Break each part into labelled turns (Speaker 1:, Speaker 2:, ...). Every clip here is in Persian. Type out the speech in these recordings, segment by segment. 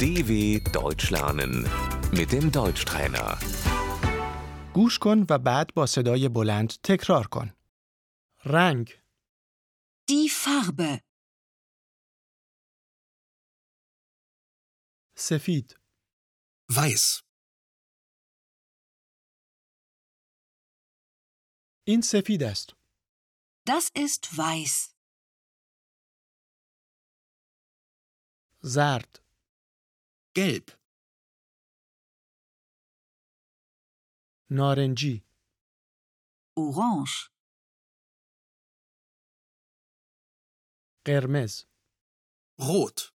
Speaker 1: DW Deutsch lernen mit dem Deutschtrainer.
Speaker 2: گوش کن و بعد با صدای بلند تکرار کن. رنگ،
Speaker 3: Die Farbe.
Speaker 2: سفید،
Speaker 4: Weiß.
Speaker 2: این سفید است.
Speaker 3: Das ist weiß.
Speaker 2: زرد،
Speaker 4: Gelb.
Speaker 2: نارنجی،
Speaker 3: Orange.
Speaker 2: قرمز،
Speaker 4: Rot.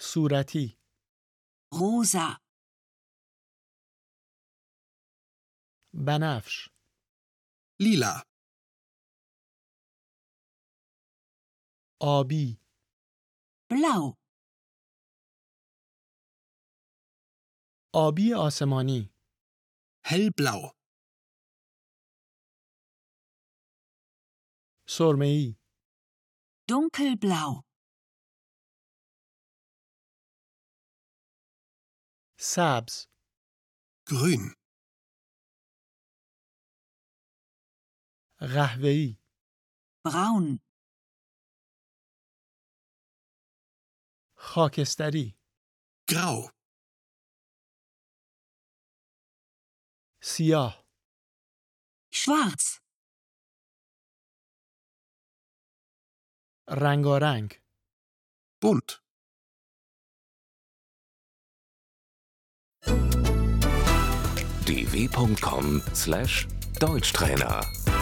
Speaker 2: صورتی،
Speaker 3: Rosa.
Speaker 2: بنفش،
Speaker 4: Lila.
Speaker 2: آبی،
Speaker 3: Blau.
Speaker 2: آبی آسمانی،
Speaker 4: Hellblau.
Speaker 2: سرمه‌ای،
Speaker 3: Dunkelblau.
Speaker 2: سبز،
Speaker 4: Grün.
Speaker 2: قهوه‌ای،
Speaker 3: Braun.
Speaker 2: خاکستری،
Speaker 4: Grau.
Speaker 2: سیاه،
Speaker 3: Schwarz.
Speaker 2: رنگارنگ،
Speaker 4: Bunt.
Speaker 1: dw.com/deutschtrainer